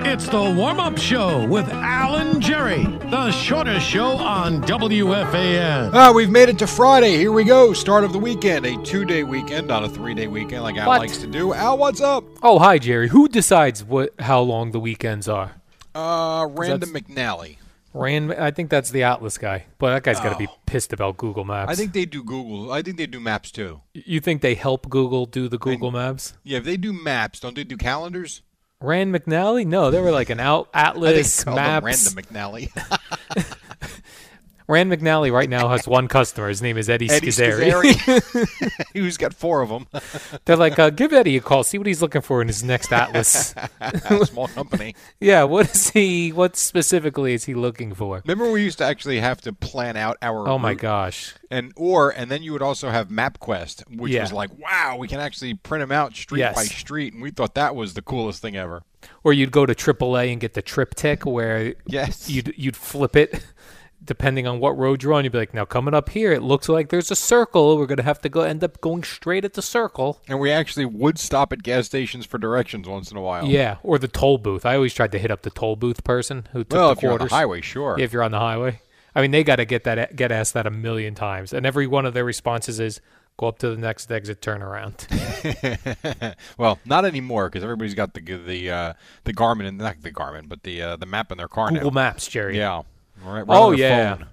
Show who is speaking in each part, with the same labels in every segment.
Speaker 1: It's the warm up show with Alan Jerry, the shortest show on WFAN.
Speaker 2: Ah, we've made it to Friday. Here we go. Start of the weekend, a two day weekend, not a three day weekend like Al
Speaker 3: What?
Speaker 2: likes to do. Al, what's up?
Speaker 3: Oh, hi, Jerry. Who decides what how long the weekends are?
Speaker 2: Uh, Random McNally.
Speaker 3: Rand, I think that's the Atlas guy, but that guy's got to be pissed about Google Maps.
Speaker 2: Oh. I think they do Google. I think they do maps too.
Speaker 3: you think they help Google do the Google Maps.
Speaker 2: Yeah, if they do maps, don't they do calendars?
Speaker 3: Rand McNally? No, they were like an out
Speaker 2: I think
Speaker 3: Atlas
Speaker 2: it's called them
Speaker 3: Maps.
Speaker 2: Random McNally.
Speaker 3: Rand McNally right now has one customer. His name is Eddie,
Speaker 2: Eddie
Speaker 3: Schizzeri.
Speaker 2: Schizzeri. Who's got four of them?
Speaker 3: They're like, uh, give Eddie a call, see what he's looking for in his next Atlas.
Speaker 2: Small company.
Speaker 3: yeah, what is he? What specifically is he looking for?
Speaker 2: Remember, we used to actually have to plan out our.
Speaker 3: Oh my
Speaker 2: route
Speaker 3: gosh!
Speaker 2: And or and then you would also have MapQuest, which
Speaker 3: Yeah.
Speaker 2: was like, wow, we can actually print them out street
Speaker 3: Yes.
Speaker 2: by street, and we thought that was the coolest thing ever.
Speaker 3: Or you'd go to AAA and get the triptych, where
Speaker 2: Yes.
Speaker 3: you'd you'd flip it depending on what road you're on. You'd be like, now coming up here, it looks like there's a circle. We're gonna have to go end up going straight at the circle.
Speaker 2: And we actually would stop at gas stations for directions once in a while.
Speaker 3: Yeah, or the toll booth. I always tried to hit up the toll booth person who took
Speaker 2: Well,
Speaker 3: the
Speaker 2: if you're on the
Speaker 3: quarters.
Speaker 2: highway, sure.
Speaker 3: Yeah, if you're on the highway, I mean, they got to get that get asked that a million times, and every one of their responses is. Go up to the next exit, turn around.
Speaker 2: well, not anymore because everybody's got the the uh, the Garmin and not the Garmin, but the uh, the map in their car
Speaker 3: Google
Speaker 2: now.
Speaker 3: Maps, Jerry.
Speaker 2: Yeah. Right. right on
Speaker 3: Oh
Speaker 2: their
Speaker 3: yeah,
Speaker 2: phone.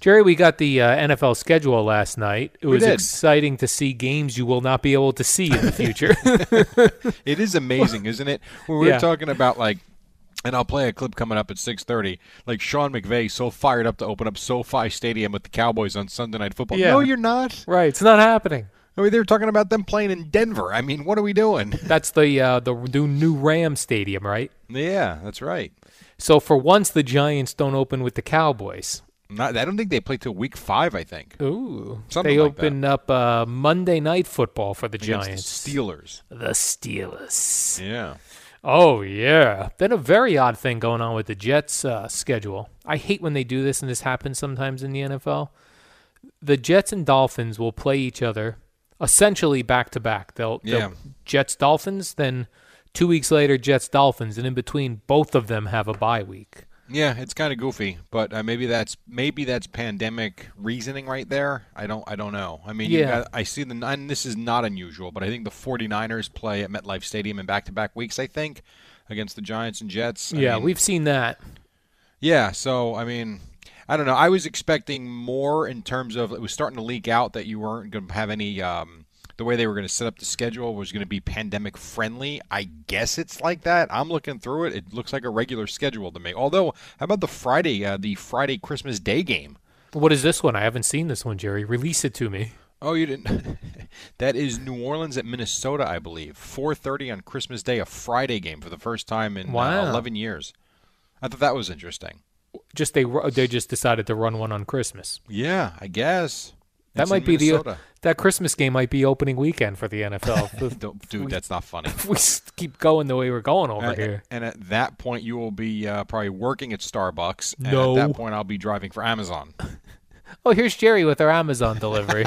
Speaker 3: Jerry. We got the uh, NFL schedule last night. It was
Speaker 2: did.
Speaker 3: exciting to see games you will not be able to see in the future.
Speaker 2: It is amazing, isn't it? When we
Speaker 3: Yeah.
Speaker 2: were talking about like. And I'll play a clip coming up at 6:30. Like Sean McVay, so fired up to open up SoFi Stadium with the Cowboys on Sunday Night Football.
Speaker 3: Yeah.
Speaker 2: No, you're not.
Speaker 3: right, it's not happening.
Speaker 2: I mean, they were talking about them playing in Denver. I mean, what are we doing?
Speaker 3: That's the uh, the new- new Ram Stadium, right?
Speaker 2: yeah, that's right.
Speaker 3: So for once, the Giants don't open with the Cowboys.
Speaker 2: Not, I don't think they play till week five. I think.
Speaker 3: Ooh,
Speaker 2: Something
Speaker 3: they
Speaker 2: like that.
Speaker 3: open up uh, Monday Night Football for the
Speaker 2: against
Speaker 3: Giants.
Speaker 2: the Steelers.
Speaker 3: The Steelers.
Speaker 2: Yeah.
Speaker 3: Oh yeah, been a very odd thing going on with the Jets' uh, schedule. I hate when they do this, and this happens sometimes in the NFL. The Jets and Dolphins will play each other essentially back to back. They'll, they'll-
Speaker 2: Yeah.
Speaker 3: Jets Dolphins, then two weeks later Jets Dolphins, and in between both of them have a bye week.
Speaker 2: Yeah, it's kind of goofy, but uh, maybe that's maybe that's pandemic reasoning right there. I don't I don't know. I mean, you
Speaker 3: Yeah.
Speaker 2: got, I see the and this is not unusual, but I think the 49ers play at MetLife Stadium in back-to-back weeks, I think, against the Giants and Jets. I
Speaker 3: yeah,
Speaker 2: mean,
Speaker 3: we've seen that.
Speaker 2: Yeah, so I mean, I don't know. I was expecting more in terms of it was starting to leak out that you weren't going to have any. Um, the way they were going to set up the schedule was going to be pandemic friendly. I guess it's like that. I'm looking through it. It looks like a regular schedule to me. Although, how about the Friday, uh, the Friday Christmas Day game?
Speaker 3: What is this one? I haven't seen this one, Jerry. Release it to me.
Speaker 2: Oh, you didn't. that is New Orleans at Minnesota, I believe. 4:30 on Christmas Day, a Friday game for the first time in uh,
Speaker 3: Wow.
Speaker 2: 11 years. I thought that was interesting.
Speaker 3: Just they ru- they just decided to run one on Christmas.
Speaker 2: Yeah, I guess.
Speaker 3: That
Speaker 2: It's in
Speaker 3: might be
Speaker 2: Minnesota.
Speaker 3: the that Christmas game might be opening weekend for the NFL. If-
Speaker 2: Don't, dude, that's not funny.
Speaker 3: if we s- keep going the way we're going over
Speaker 2: Uh,
Speaker 3: here.
Speaker 2: And at that point, you will be uh, probably working at Starbucks. And
Speaker 3: No.
Speaker 2: At that point, I'll be driving for Amazon.
Speaker 3: Oh, here's Jerry with our Amazon delivery.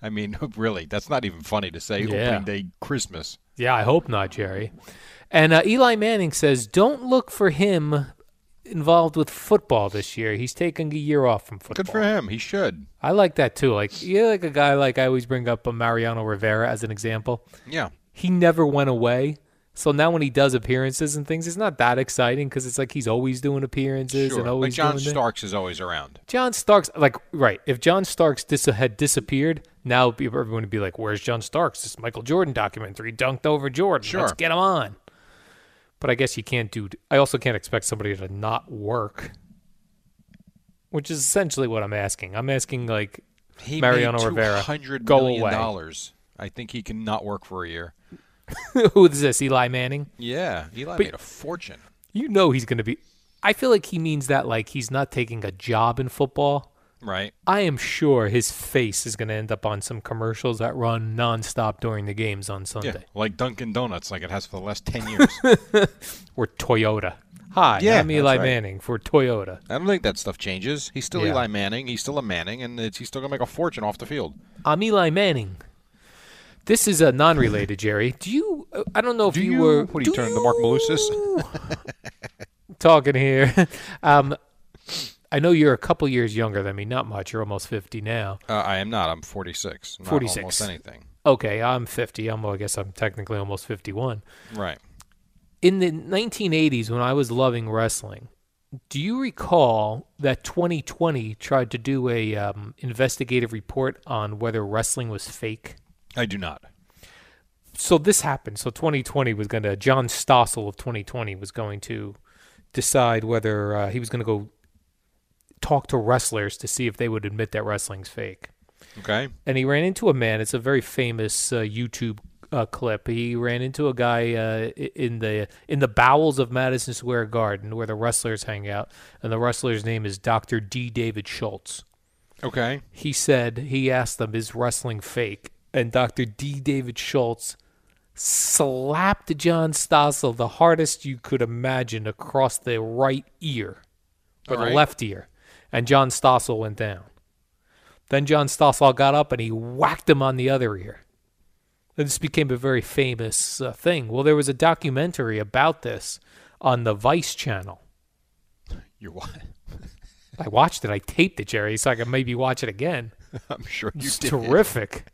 Speaker 2: I mean, really, that's not even funny to say
Speaker 3: Yeah.
Speaker 2: opening day Christmas.
Speaker 3: yeah, I hope not, Jerry. And uh, Eli Manning says, "Don't look for him involved with football this year. He's taking a year off from football.
Speaker 2: Good for him. He should.
Speaker 3: I like that too. Like you're like a guy like I always bring up a Mariano Rivera as an example.
Speaker 2: Yeah.
Speaker 3: He never went away. So now when he does appearances and things, it's not that exciting because it's like he's always doing appearances
Speaker 2: Sure.
Speaker 3: and
Speaker 2: Like
Speaker 3: always
Speaker 2: John
Speaker 3: doing thi-
Speaker 2: Starks is always around.
Speaker 3: John Starks, like right, if John Starks dis- had disappeared, now pe- everyone would be like, "Where's John Starks?" This Michael Jordan documentary dunked over Jordan.
Speaker 2: Sure.
Speaker 3: Let's get him on. But I guess you can't do. I also can't expect somebody to not work, which is essentially what I'm asking. I'm asking like
Speaker 2: He
Speaker 3: Mariano
Speaker 2: made
Speaker 3: Rivera,
Speaker 2: $200
Speaker 3: go
Speaker 2: million
Speaker 3: away.
Speaker 2: dollars. I think he can not work for a year.
Speaker 3: Who is this? Eli Manning?
Speaker 2: Yeah, Eli made a fortune.
Speaker 3: You know he's going to be. I feel like he means that like he's not taking a job in football.
Speaker 2: Right.
Speaker 3: I am sure his face is going to end up on some commercials that run nonstop during the games on Sunday
Speaker 2: Yeah. Like Dunkin' Donuts, like it has for the last 10 years.
Speaker 3: or Toyota. Hi,
Speaker 2: Yeah,
Speaker 3: I'm
Speaker 2: that's
Speaker 3: Eli
Speaker 2: right.
Speaker 3: Manning for Toyota.
Speaker 2: I don't think that stuff changes. He's still
Speaker 3: Yeah.
Speaker 2: Eli Manning. He's still a Manning, and it's, he's still going to make a fortune off the field.
Speaker 3: I'm Eli Manning. This is a non-related Jerry. Do you? uh, I don't know if
Speaker 2: Do
Speaker 3: you,
Speaker 2: you-
Speaker 3: were.
Speaker 2: what are you
Speaker 3: do
Speaker 2: turning to Mark Malusis?
Speaker 3: you- talking here. um, I know you're a couple years younger than me. Not much. You're almost fifty now.
Speaker 2: Uh, I am not. I'm 46. Not
Speaker 3: 46.
Speaker 2: Almost anything.
Speaker 3: Okay, I'm fifty. I'm. I guess I'm technically almost fifty-one.
Speaker 2: Right.
Speaker 3: in the 1980s when I was loving wrestling, do you recall that 2020 tried to do a um, investigative report on whether wrestling was fake?
Speaker 2: I do not.
Speaker 3: So this happened. So 2020 was going to John Stossel of 2020 was going to decide whether uh, he was going to go talk to wrestlers to see if they would admit that wrestling's fake
Speaker 2: Okay.
Speaker 3: and he ran into a man. It's a very famous uh, YouTube uh, clip. He ran into a guy uh, i- in the in the bowels of Madison Square Garden where the wrestlers hang out, and the wrestler's name is Doctor D. David Schultz.
Speaker 2: Okay.
Speaker 3: He said he asked them, "Is wrestling fake?" And Doctor D. David Schultz slapped John Stossel the hardest you could imagine across the right ear or
Speaker 2: All
Speaker 3: the
Speaker 2: right.
Speaker 3: left ear, and John Stossel went down. Then John Stossel got up and he whacked him on the other ear. And this became a very famous uh, thing. Well, there was a documentary about this on the Vice channel.
Speaker 2: You're what?
Speaker 3: I watched it. I taped it, Jerry, so I could maybe watch it again.
Speaker 2: I'm sure you
Speaker 3: It's
Speaker 2: did.
Speaker 3: terrific.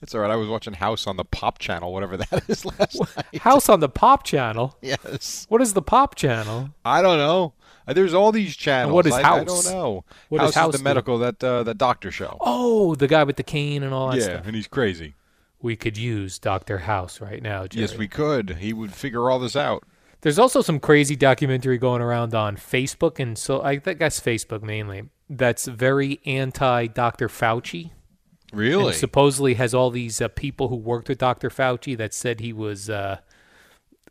Speaker 2: That's all right. I was watching House on the Pop Channel, whatever that is last night.
Speaker 3: House on the Pop channel.
Speaker 2: Yes.
Speaker 3: What is the Pop channel?
Speaker 2: I don't know. Uh, There's all these channels.
Speaker 3: what is
Speaker 2: I, I
Speaker 3: House?
Speaker 2: don't know.
Speaker 3: What
Speaker 2: house
Speaker 3: does House
Speaker 2: is
Speaker 3: do?
Speaker 2: the medical that uh, that doctor show.
Speaker 3: Oh, the guy with the cane and all that
Speaker 2: yeah,
Speaker 3: stuff.
Speaker 2: and he's crazy.
Speaker 3: We could use Dr. House right now, Jerry.
Speaker 2: Yes, we could. He would figure all this out.
Speaker 3: There's also some crazy documentary going around on Facebook, and so I think that's Facebook mainly. That's very anti Dr. Fauci.
Speaker 2: Really?
Speaker 3: And supposedly has all these uh, people who worked with Dr. Fauci that said he was uh,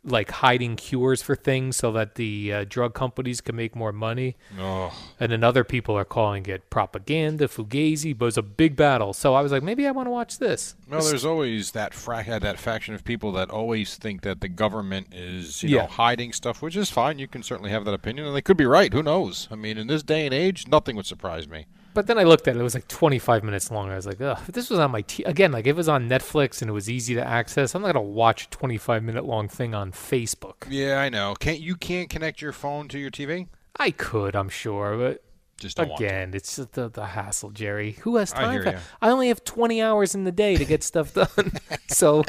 Speaker 3: like hiding cures for things so that the uh, drug companies can make more money.
Speaker 2: oh,
Speaker 3: And then other people are calling it propaganda, fugazi, but it's a big battle. So I was like, maybe I want to watch this.
Speaker 2: no, there's always that frac- uh, that faction of people that always think that the government is you
Speaker 3: Yeah.
Speaker 2: know hiding stuff, which is fine. You can certainly have that opinion, and they could be right. Who knows? I mean, in this day and age, nothing would surprise me.
Speaker 3: But then I looked at it; it was like 25 minutes long. I was like, "Ugh!" If this was on my t- again, like if it was on Netflix and it was easy to access, I'm not gonna watch a 25 minute long thing on Facebook.
Speaker 2: Yeah, I know. Can't you can't connect your phone to your TV?
Speaker 3: I could, I'm sure, but
Speaker 2: Just don't want to.
Speaker 3: again, it's just the, the hassle, Jerry. Who has
Speaker 2: I
Speaker 3: time?
Speaker 2: hear
Speaker 3: for
Speaker 2: ya.
Speaker 3: I only have 20 hours in the day to get stuff done, so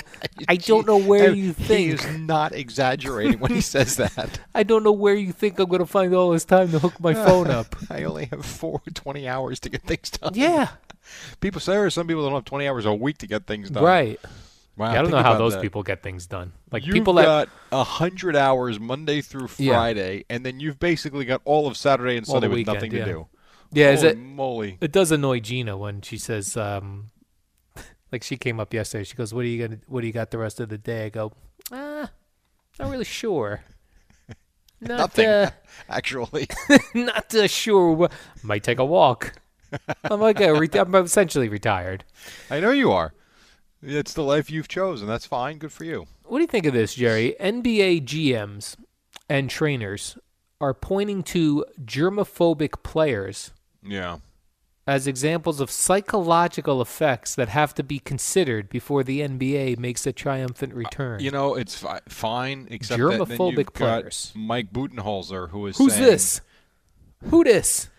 Speaker 3: I don't know where
Speaker 2: And
Speaker 3: you
Speaker 2: He
Speaker 3: think.
Speaker 2: is not exaggerating when he says that.
Speaker 3: I don't know where you think I'm gonna find all this time to hook my phone up.
Speaker 2: I only have four, 20 hours to get things done.
Speaker 3: Yeah,
Speaker 2: People say there are some people that don't have 20 hours a week to get things done.
Speaker 3: right.
Speaker 2: Wow,
Speaker 3: Yeah, I don't
Speaker 2: think
Speaker 3: know how
Speaker 2: about
Speaker 3: those
Speaker 2: that.
Speaker 3: people get things done. Like
Speaker 2: You've
Speaker 3: people that
Speaker 2: got a 100 hours Monday through
Speaker 3: Yeah.
Speaker 2: Friday, and then you've basically got all of Saturday and
Speaker 3: All the
Speaker 2: Sunday with
Speaker 3: weekend,
Speaker 2: nothing
Speaker 3: yeah.
Speaker 2: to do.
Speaker 3: yeah, is
Speaker 2: Holy
Speaker 3: it
Speaker 2: moly.
Speaker 3: it does annoy Gina when she says, um, like she came up yesterday. She goes, "What are you gonna? What do you got the rest of the day?" I go, "Ah, not really sure. Not
Speaker 2: Nothing,
Speaker 3: Uh,
Speaker 2: actually.
Speaker 3: not uh, sure. wha- Might take a walk. I'm like, a re- I'm essentially retired.
Speaker 2: I know you are. It's the life you've chosen. That's fine. Good for you.
Speaker 3: What do you think of this, Jerry? NBA GMs and trainers are pointing to germophobic players
Speaker 2: Yeah.
Speaker 3: as examples of psychological effects that have to be considered before the NBA makes a triumphant return.
Speaker 2: Uh, You know, it's fi- fine, except that then
Speaker 3: Germophobic
Speaker 2: you've got
Speaker 3: players.
Speaker 2: Mike Budenholzer, who is
Speaker 3: Who's
Speaker 2: saying-
Speaker 3: this? Who this?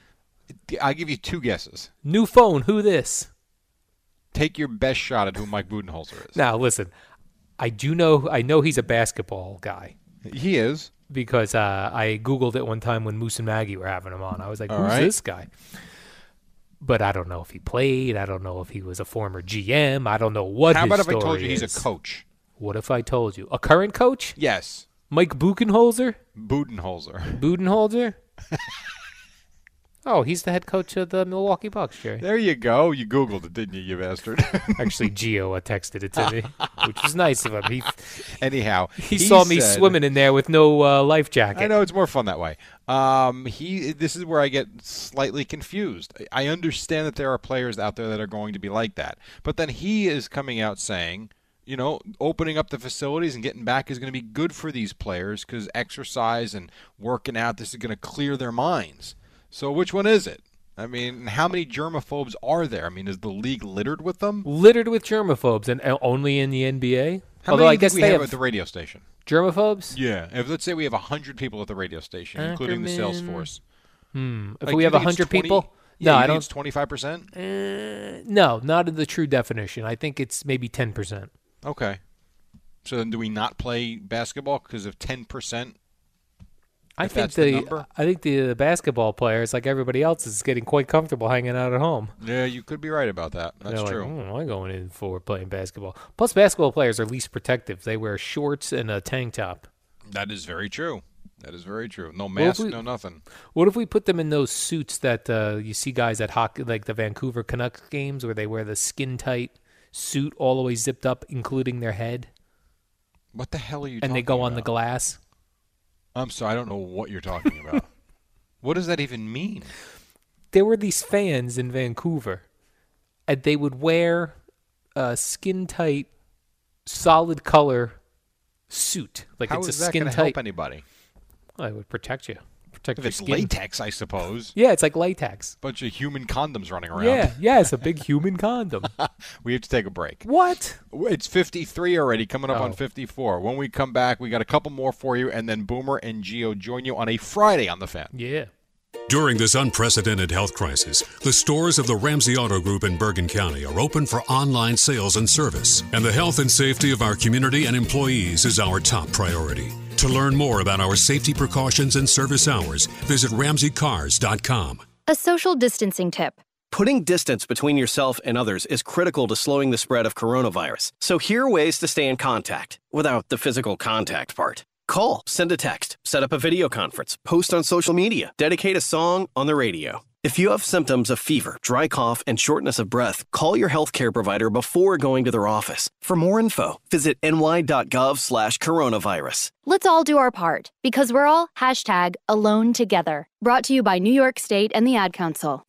Speaker 2: I give you two guesses.
Speaker 3: New phone. Who this?
Speaker 2: Take your best shot at who Mike Budenholzer is.
Speaker 3: Now listen, I do know. I know he's a basketball guy
Speaker 2: He is.
Speaker 3: because uh, I googled it one time when Moose and Maggie were having him on. I was like,
Speaker 2: All
Speaker 3: "Who's
Speaker 2: right.
Speaker 3: this guy?" But I don't know if he played. I don't know if he was a former GM. I don't know what.
Speaker 2: How
Speaker 3: his
Speaker 2: about if I told
Speaker 3: story
Speaker 2: you he's
Speaker 3: is.
Speaker 2: a coach?
Speaker 3: What if I told you a current coach,
Speaker 2: Yes,
Speaker 3: Mike Buchenholzer?
Speaker 2: Budenholzer.
Speaker 3: Budenholzer? oh, he's the head coach of the Milwaukee Bucks, Jerry.
Speaker 2: There you go. You Googled it, didn't you, you bastard?
Speaker 3: Actually, Gio uh, texted it to me, which was nice of him. He
Speaker 2: Anyhow,
Speaker 3: he, saw me
Speaker 2: said-
Speaker 3: swimming in there with no uh, life jacket.
Speaker 2: I know it's more fun that way. Um, he. This is where I get slightly confused. I I understand that there are players out there that are going to be like that, but then he is coming out saying, you know, opening up the facilities and getting back is going to be good for these players because exercise and working out this is going to clear their minds. So which one is it? I mean, how many germaphobes are there? I mean, is the league littered with them?
Speaker 3: Littered with germaphobes, and uh, only in the NBA.
Speaker 2: How
Speaker 3: Although I
Speaker 2: many do you think
Speaker 3: guess
Speaker 2: we
Speaker 3: they
Speaker 2: have
Speaker 3: have,
Speaker 2: at the radio station?
Speaker 3: germaphobes.
Speaker 2: Yeah. If let's say we have hundred people at the radio station, including the sales
Speaker 3: Ackerman.
Speaker 2: force.
Speaker 3: Uh, If
Speaker 2: Like,
Speaker 3: we
Speaker 2: you
Speaker 3: have
Speaker 2: think it's
Speaker 3: hundred
Speaker 2: 20
Speaker 3: people, no,
Speaker 2: yeah, you
Speaker 3: I
Speaker 2: think
Speaker 3: don't. Uh,
Speaker 2: It's twenty five percent.
Speaker 3: No, not in the true definition. I think it's maybe ten percent.
Speaker 2: Okay. So then, do we not play basketball because of ten percent?
Speaker 3: I
Speaker 2: If
Speaker 3: think
Speaker 2: that's the number?
Speaker 3: I think the basketball players, like everybody else, is getting quite comfortable hanging out at home.
Speaker 2: Yeah, you could be right about that. That's
Speaker 3: They're
Speaker 2: true.
Speaker 3: Like, "Hmm, I'm going in for playing basketball. Plus, basketball players are least protective. They wear shorts and a tank top.
Speaker 2: That is very true. That is very true. No
Speaker 3: if
Speaker 2: mask,
Speaker 3: we-
Speaker 2: no nothing.
Speaker 3: What if we put them in those suits that uh, you see guys at hockey, like the Vancouver Canucks games, where they wear the skin tight suit all the way zipped up, including their head,
Speaker 2: What the hell are you?
Speaker 3: and they
Speaker 2: talking
Speaker 3: go on the
Speaker 2: about?
Speaker 3: glass?
Speaker 2: I'm sorry, I don't know what you're talking about. what does that even mean?
Speaker 3: There were these fans in Vancouver, and they would wear a skin tight, solid color suit. Like
Speaker 2: How
Speaker 3: it's
Speaker 2: is
Speaker 3: a
Speaker 2: that
Speaker 3: skin
Speaker 2: going to
Speaker 3: tight.
Speaker 2: help anybody?
Speaker 3: I would protect you. Protect
Speaker 2: If
Speaker 3: your
Speaker 2: it's
Speaker 3: skin.
Speaker 2: latex, I suppose.
Speaker 3: Yeah, it's like latex.
Speaker 2: Bunch of human condoms running around.
Speaker 3: Yeah, yeah, it's a big human condom.
Speaker 2: We have to take a break.
Speaker 3: what?
Speaker 2: It's 53 already, coming up
Speaker 3: Oh.
Speaker 2: on 54. When we come back, we got a couple more for you, and then Boomer and Geo join you on a Friday on the fan.
Speaker 3: Yeah.
Speaker 4: During this unprecedented health crisis, the stores of the Ramsey Auto Group in Bergen County are open for online sales and service, and the health and safety of our community and employees is our top priority. To learn more about our safety precautions and service hours, visit ramseycars.com.
Speaker 5: A social distancing tip.
Speaker 6: Putting distance between yourself and others is critical to slowing the spread of coronavirus. So here are ways to stay in contact without the physical contact part. Call, send a text, set up a video conference, post on social media, dedicate a song on the radio. If you have symptoms of fever, dry cough, and shortness of breath, call your healthcare provider before going to their office. For more info, visit ny.gov slash coronavirus.
Speaker 5: Let's all do our part because we're all hashtag alone together. Brought to you by New York State and the Ad Council.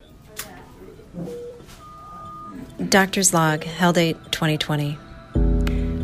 Speaker 7: Doctor's Log, Hell Date 2020.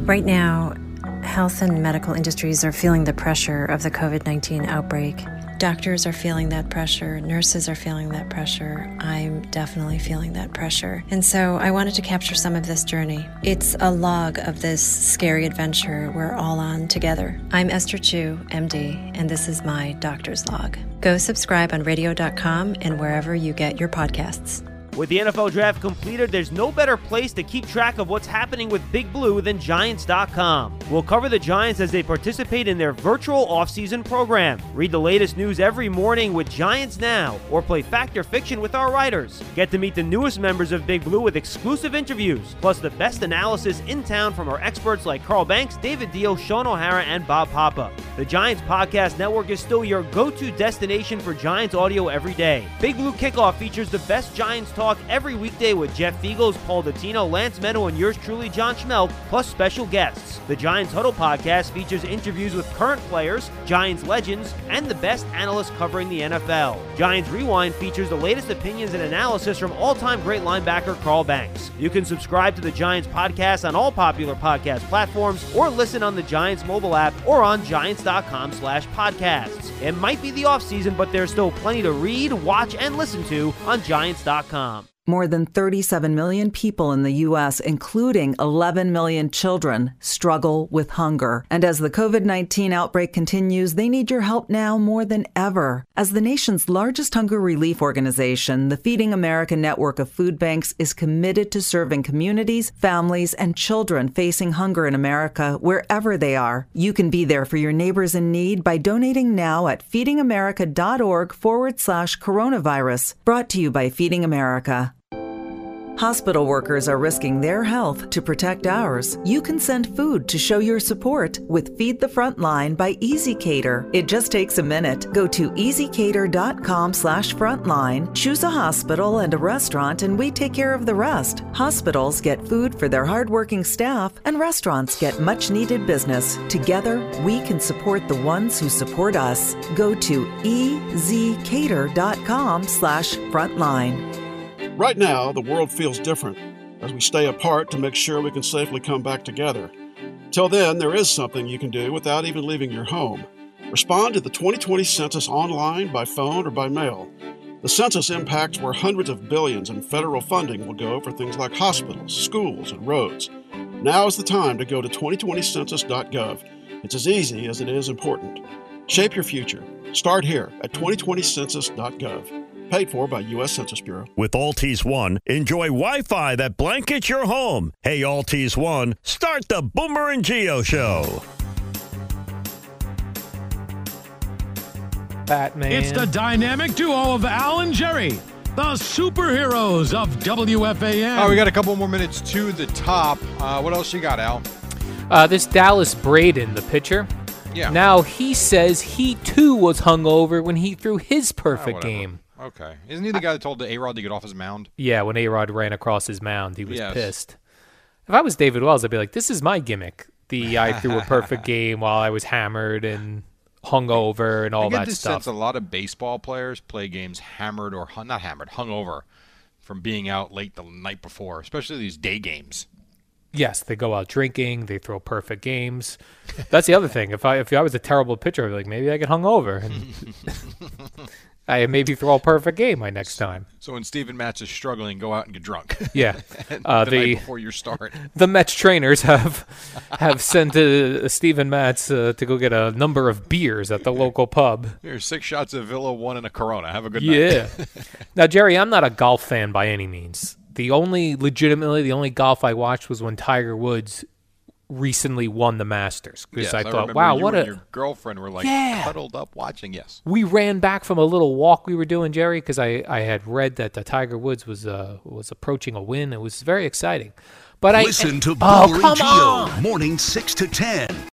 Speaker 7: Right now, health and medical industries are feeling the pressure of the COVID 19 outbreak. Doctors are feeling that pressure, nurses are feeling that pressure. I'm definitely feeling that pressure. And so I wanted to capture some of this journey. It's a log of this scary adventure we're all on together. I'm Esther Chu, MD, and this is my doctor's log. Go subscribe on radio.com and wherever you get your podcasts.
Speaker 8: With the NFL draft completed, there's no better place to keep track of what's happening with Big Blue than Giants.com. We'll cover the Giants as they participate in their virtual offseason program. Read the latest news every morning with Giants Now or play Fact or Fiction with our writers. Get to meet the newest members of Big Blue with exclusive interviews, plus the best analysis in town from our experts like Carl Banks, David Deal, Sean O'Hara, and Bob Papa. The Giants Podcast Network is still your go to destination for Giants audio every day. Big Blue Kickoff features the best Giants talk every weekday with Jeff Fiegels, Paul Dottino, Lance Meadow, and yours truly, John Schmelk, plus special guests. The Giants Huddle Podcast features interviews with current players, Giants legends, and the best analysts covering the NFL. Giants Rewind features the latest opinions and analysis from all time great linebacker Carl Banks. You can subscribe to the Giants Podcast on all popular podcast platforms or listen on the Giants mobile app or on giants.com slash podcasts. It might be the offseason, but there's still plenty to read, watch, and listen to on giants.com.
Speaker 9: More than 37 million people in the U.S., including 11 million children, struggle with hunger. And as the COVID 19 outbreak continues, they need your help now more than ever. As the nation's largest hunger relief organization, the Feeding America network of food banks is committed to serving communities, families, and children facing hunger in America wherever they are. You can be there for your neighbors in need by donating now at feedingamerica.org forward slash coronavirus. Brought to you by Feeding America. Hospital workers are risking their health to protect ours. You can send food to show your support with Feed the Frontline by EasyCater. It just takes a minute. Go to easycater.com slash frontline, choose a hospital and a restaurant, and we take care of the rest. Hospitals get food for their hardworking staff, and restaurants get much-needed business. Together, we can support the ones who support us. Go to ezcater.com slash frontline.
Speaker 10: Right now, the world feels different as we stay apart to make sure we can safely come back together. Till then, there is something you can do without even leaving your home. Respond to the 2020 census online, by phone, or by mail. The census impacts where hundreds of billions in federal funding will go for things like hospitals, schools, and roads. Now is the time to go to 2020census.gov. It's as easy as it is important. Shape your future. Start here at 2020census.gov. Paid for by U.S. Census Bureau.
Speaker 11: With Altis One, enjoy Wi Fi that blankets your home. Hey, Altis One, start the Boomer and Geo Show.
Speaker 3: Batman.
Speaker 1: It's the dynamic duo of Al and Jerry, the superheroes of WFAN.
Speaker 2: Oh, we got a couple more minutes to the top. Uh, what else you got, Al?
Speaker 3: Uh, this Dallas Braden, the pitcher.
Speaker 2: Yeah.
Speaker 3: Now he says he too was hungover when he threw his perfect
Speaker 2: Ah, whatever.
Speaker 3: game.
Speaker 2: Okay. Isn't he the guy that told A Rod to get off his mound?
Speaker 3: Yeah, when A Rod ran across his mound, he was
Speaker 2: Yes.
Speaker 3: pissed. If I was David Wells, I'd be like, "This is my gimmick." The I threw a perfect game while I was hammered and hungover and all
Speaker 2: I get
Speaker 3: that
Speaker 2: this
Speaker 3: stuff.
Speaker 2: sense a lot of baseball players play games hammered or hun- not hammered, hungover from being out late the night before, especially these day games.
Speaker 3: Yes, they go out drinking. They throw perfect games. That's the other thing. If I if I was a terrible pitcher, I'd be like, maybe I get hungover and I maybe throw a perfect game my next time.
Speaker 2: So when Steven Matz is struggling, go out and get drunk.
Speaker 3: Yeah.
Speaker 2: And
Speaker 3: Uh,
Speaker 2: the,
Speaker 3: the-
Speaker 2: night before your start.
Speaker 3: The Mets trainers have have sent uh, Stephen Matz uh, to go get a number of beers at the local pub.
Speaker 2: Here's six shots of Villa, one and a Corona. Have a good
Speaker 3: yeah.
Speaker 2: night.
Speaker 3: now, Jerry, I'm not a golf fan by any means. The only legitimately the only golf I watched was when Tiger Woods recently won the Masters because
Speaker 2: Yes,
Speaker 3: I thought,
Speaker 2: remember
Speaker 3: wow,
Speaker 2: you
Speaker 3: what
Speaker 2: and
Speaker 3: a
Speaker 2: your girlfriend were like
Speaker 3: Yeah.
Speaker 2: cuddled up watching. Yes.
Speaker 3: we ran back from a little walk we were doing, Jerry, because I, I had read that the Tiger Woods was uh, was approaching a win. It was very exciting. But I
Speaker 12: Listen to
Speaker 3: oh
Speaker 12: Boomer
Speaker 3: come
Speaker 12: and Geo,
Speaker 3: on.
Speaker 12: morning 6 to 10